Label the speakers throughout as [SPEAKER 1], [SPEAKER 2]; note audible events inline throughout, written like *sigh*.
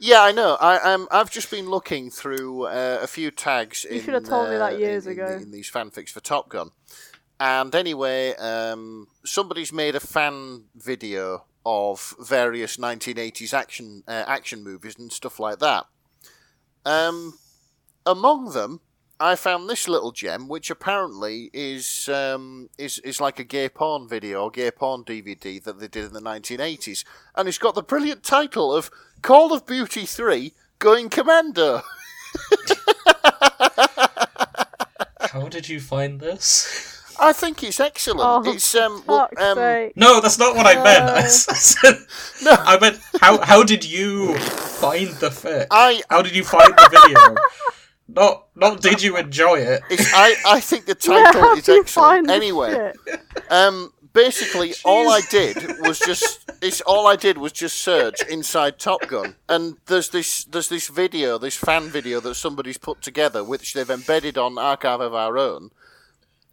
[SPEAKER 1] Yeah, I know. I, I'm. I've just been looking through uh, a few tags.
[SPEAKER 2] You
[SPEAKER 1] in,
[SPEAKER 2] should have told me
[SPEAKER 1] uh,
[SPEAKER 2] that years
[SPEAKER 1] in- in
[SPEAKER 2] ago.
[SPEAKER 1] the- in these fanfics for Top Gun, and anyway, um, somebody's made a fan video of various 1980s action uh, action movies and stuff like that. Um, among them, I found this little gem, which apparently is um, is is like a gay porn video or gay porn DVD that they did in the 1980s, and it's got the brilliant title of "Call of Beauty 3: Going Commando."
[SPEAKER 3] How did you find this? *laughs*
[SPEAKER 1] I think it's excellent.
[SPEAKER 2] Oh,
[SPEAKER 1] it's um, well,
[SPEAKER 2] Fuck's
[SPEAKER 1] um,
[SPEAKER 2] *laughs* sake.
[SPEAKER 3] No, that's not what I meant. *laughs* I
[SPEAKER 2] No.
[SPEAKER 3] s- I said,
[SPEAKER 1] No.
[SPEAKER 3] I meant how how did you find the fic?
[SPEAKER 1] I
[SPEAKER 3] How did you find the video? not not did you enjoy it?
[SPEAKER 1] it's, I I think
[SPEAKER 2] *laughs*
[SPEAKER 1] the
[SPEAKER 2] Yeah,
[SPEAKER 1] title
[SPEAKER 2] how
[SPEAKER 1] is
[SPEAKER 2] do you
[SPEAKER 1] excellent.
[SPEAKER 2] find this
[SPEAKER 1] Anyway,
[SPEAKER 2] shit?
[SPEAKER 1] um, basically
[SPEAKER 2] *laughs*
[SPEAKER 1] all I did was just it's all I did was just search inside Top Gun, and there's this there's this video, this fan video that somebody's put together, which they've embedded on Archive of Our Own,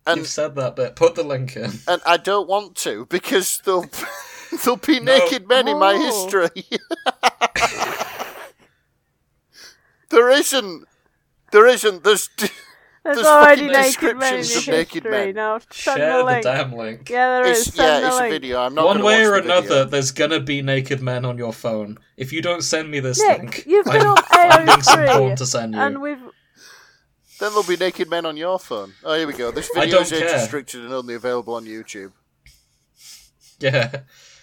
[SPEAKER 3] You've said that bit. Put the link in.
[SPEAKER 1] and I don't want to because there'll *laughs* there'll be naked men in my
[SPEAKER 2] Oh.
[SPEAKER 1] history. *laughs*
[SPEAKER 2] *laughs*
[SPEAKER 1] there isn't. There isn't. There's. *laughs*
[SPEAKER 2] There's
[SPEAKER 1] there's
[SPEAKER 2] already
[SPEAKER 1] fucking
[SPEAKER 2] naked men in
[SPEAKER 1] descriptions
[SPEAKER 2] your
[SPEAKER 1] of naked
[SPEAKER 2] history.
[SPEAKER 1] men.
[SPEAKER 2] Now send the
[SPEAKER 3] Share the
[SPEAKER 2] link.
[SPEAKER 3] damn link.
[SPEAKER 2] yeah, there is.
[SPEAKER 1] It's,
[SPEAKER 2] Send
[SPEAKER 1] yeah,
[SPEAKER 2] the
[SPEAKER 1] it's a
[SPEAKER 2] link.
[SPEAKER 1] video. I'm not
[SPEAKER 3] One
[SPEAKER 1] gonna
[SPEAKER 3] way
[SPEAKER 1] watch
[SPEAKER 3] or
[SPEAKER 1] the video.
[SPEAKER 3] another, there's gonna be naked men on your phone. If you don't send me this
[SPEAKER 2] Nick,
[SPEAKER 3] link,
[SPEAKER 2] you've been
[SPEAKER 3] I'm
[SPEAKER 2] on
[SPEAKER 3] finding some porn to
[SPEAKER 2] AO3,
[SPEAKER 3] send you.
[SPEAKER 2] and we've
[SPEAKER 1] Then there'll be naked men on your phone. Oh, here we go. This
[SPEAKER 3] I
[SPEAKER 1] video is
[SPEAKER 3] don't
[SPEAKER 1] age
[SPEAKER 3] care.
[SPEAKER 1] restricted and only available on YouTube.
[SPEAKER 3] Yeah,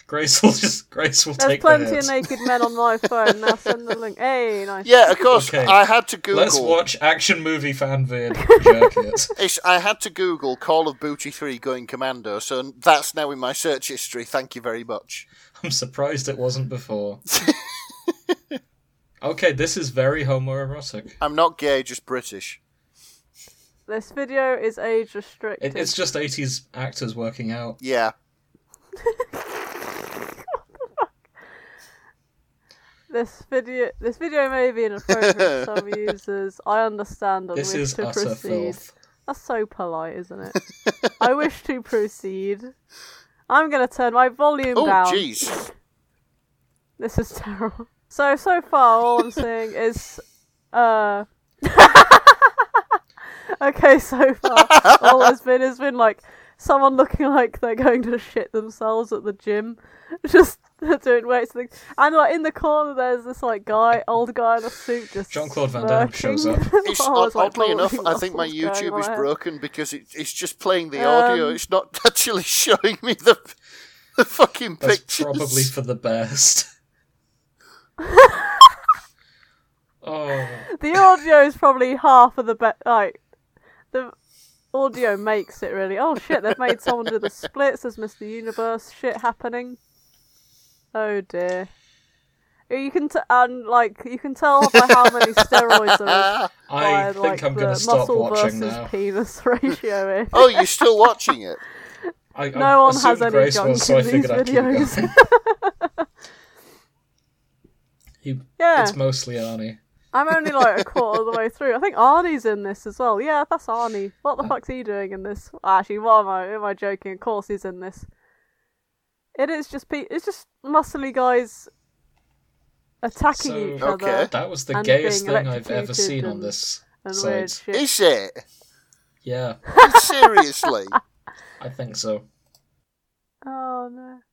[SPEAKER 3] Grace will just Grace will
[SPEAKER 2] there's
[SPEAKER 3] take the
[SPEAKER 2] plenty
[SPEAKER 3] hit.
[SPEAKER 2] of naked men on my phone. Now send the
[SPEAKER 3] *laughs*
[SPEAKER 2] link. Hey, nice.
[SPEAKER 1] Yeah, of course.
[SPEAKER 3] Okay.
[SPEAKER 1] I had to Google.
[SPEAKER 3] Let's watch action movie
[SPEAKER 2] *laughs*
[SPEAKER 3] fan vid. Jerk it.
[SPEAKER 1] It's, I had to Google Call of Booty Three Going Commando, so that's now in my search history. Thank you very much.
[SPEAKER 3] *laughs* I'm surprised it
[SPEAKER 2] *laughs*
[SPEAKER 3] wasn't before. okay, this is very homoerotic.
[SPEAKER 1] I'm not gay, just British.
[SPEAKER 2] This video is age restricted.
[SPEAKER 3] It, it's just 80s actors working out.
[SPEAKER 1] Yeah.
[SPEAKER 2] This video, this video may be inappropriate for some
[SPEAKER 1] *laughs*
[SPEAKER 2] users. I understand and
[SPEAKER 3] This
[SPEAKER 2] wish
[SPEAKER 3] is
[SPEAKER 2] to
[SPEAKER 3] utter
[SPEAKER 2] proceed.
[SPEAKER 3] filth.
[SPEAKER 2] That's so polite, isn't it?
[SPEAKER 1] *laughs*
[SPEAKER 2] I wish to proceed. I'm gonna turn my volume
[SPEAKER 1] Oh,
[SPEAKER 2] down. *laughs*
[SPEAKER 1] jeez.
[SPEAKER 2] This is terrible. So so far, all I'm seeing is, uh. *laughs* okay, so far, all it's been has been like someone looking like they're going to shit themselves at the gym, *laughs* just doing weights and things. And like in the corner, there's this like guy, old guy in a suit, just
[SPEAKER 3] Jean Claude Van Damme
[SPEAKER 2] smirking. *laughs*
[SPEAKER 3] shows up.
[SPEAKER 1] It's,
[SPEAKER 2] While Oh, it's, like,
[SPEAKER 1] oddly enough,
[SPEAKER 2] bulging
[SPEAKER 1] I think my
[SPEAKER 2] muscles going
[SPEAKER 1] YouTube
[SPEAKER 2] on
[SPEAKER 1] is
[SPEAKER 2] my head.
[SPEAKER 1] broken because it, it's just playing the
[SPEAKER 2] Um,
[SPEAKER 1] audio. It's not *laughs* actually showing me the, the fucking
[SPEAKER 3] That's
[SPEAKER 1] pictures.
[SPEAKER 2] *laughs*
[SPEAKER 3] probably for the best. oh,
[SPEAKER 2] the audio is probably half of the be- like the audio makes it really. Oh shit, they've made someone do the splits. There's Mr. Universe shit happening. Oh dear. You can t- and like you can tell by how many steroids are
[SPEAKER 1] Ah.
[SPEAKER 3] *laughs* I
[SPEAKER 2] required,
[SPEAKER 3] think
[SPEAKER 2] like
[SPEAKER 3] I'm
[SPEAKER 2] the
[SPEAKER 3] gonna stop
[SPEAKER 2] muscle
[SPEAKER 3] watching
[SPEAKER 2] versus
[SPEAKER 3] now.
[SPEAKER 2] penis *laughs* ratio is.
[SPEAKER 1] oh, you're still watching
[SPEAKER 2] *laughs*
[SPEAKER 1] it?
[SPEAKER 3] I, I
[SPEAKER 2] No one has
[SPEAKER 3] assumed
[SPEAKER 2] any
[SPEAKER 3] Grace
[SPEAKER 2] junk
[SPEAKER 3] was, so I
[SPEAKER 2] in these
[SPEAKER 3] figured I'd keep going.
[SPEAKER 2] videos. *laughs*
[SPEAKER 3] He-
[SPEAKER 2] *laughs* yeah,
[SPEAKER 3] It's mostly Arnie.
[SPEAKER 2] I'm only like a quarter of the way through. I think Arnie's in this as well. Yeah, that's Arnie. What the fuck's he doing in this? Actually, what am I? Am I joking? Of course he's in this. It is just pe- it's just muscly guys attacking
[SPEAKER 3] So-
[SPEAKER 2] each
[SPEAKER 1] Okay.
[SPEAKER 2] other
[SPEAKER 3] That was the
[SPEAKER 2] And
[SPEAKER 3] gayest
[SPEAKER 2] being
[SPEAKER 3] thing I've ever
[SPEAKER 2] electrocuted
[SPEAKER 3] seen on
[SPEAKER 2] and-
[SPEAKER 3] this
[SPEAKER 2] and
[SPEAKER 3] site.
[SPEAKER 2] weird shit.
[SPEAKER 1] Is it?
[SPEAKER 3] Yeah,
[SPEAKER 2] *laughs*
[SPEAKER 1] Seriously?
[SPEAKER 3] I think so.
[SPEAKER 2] Oh no.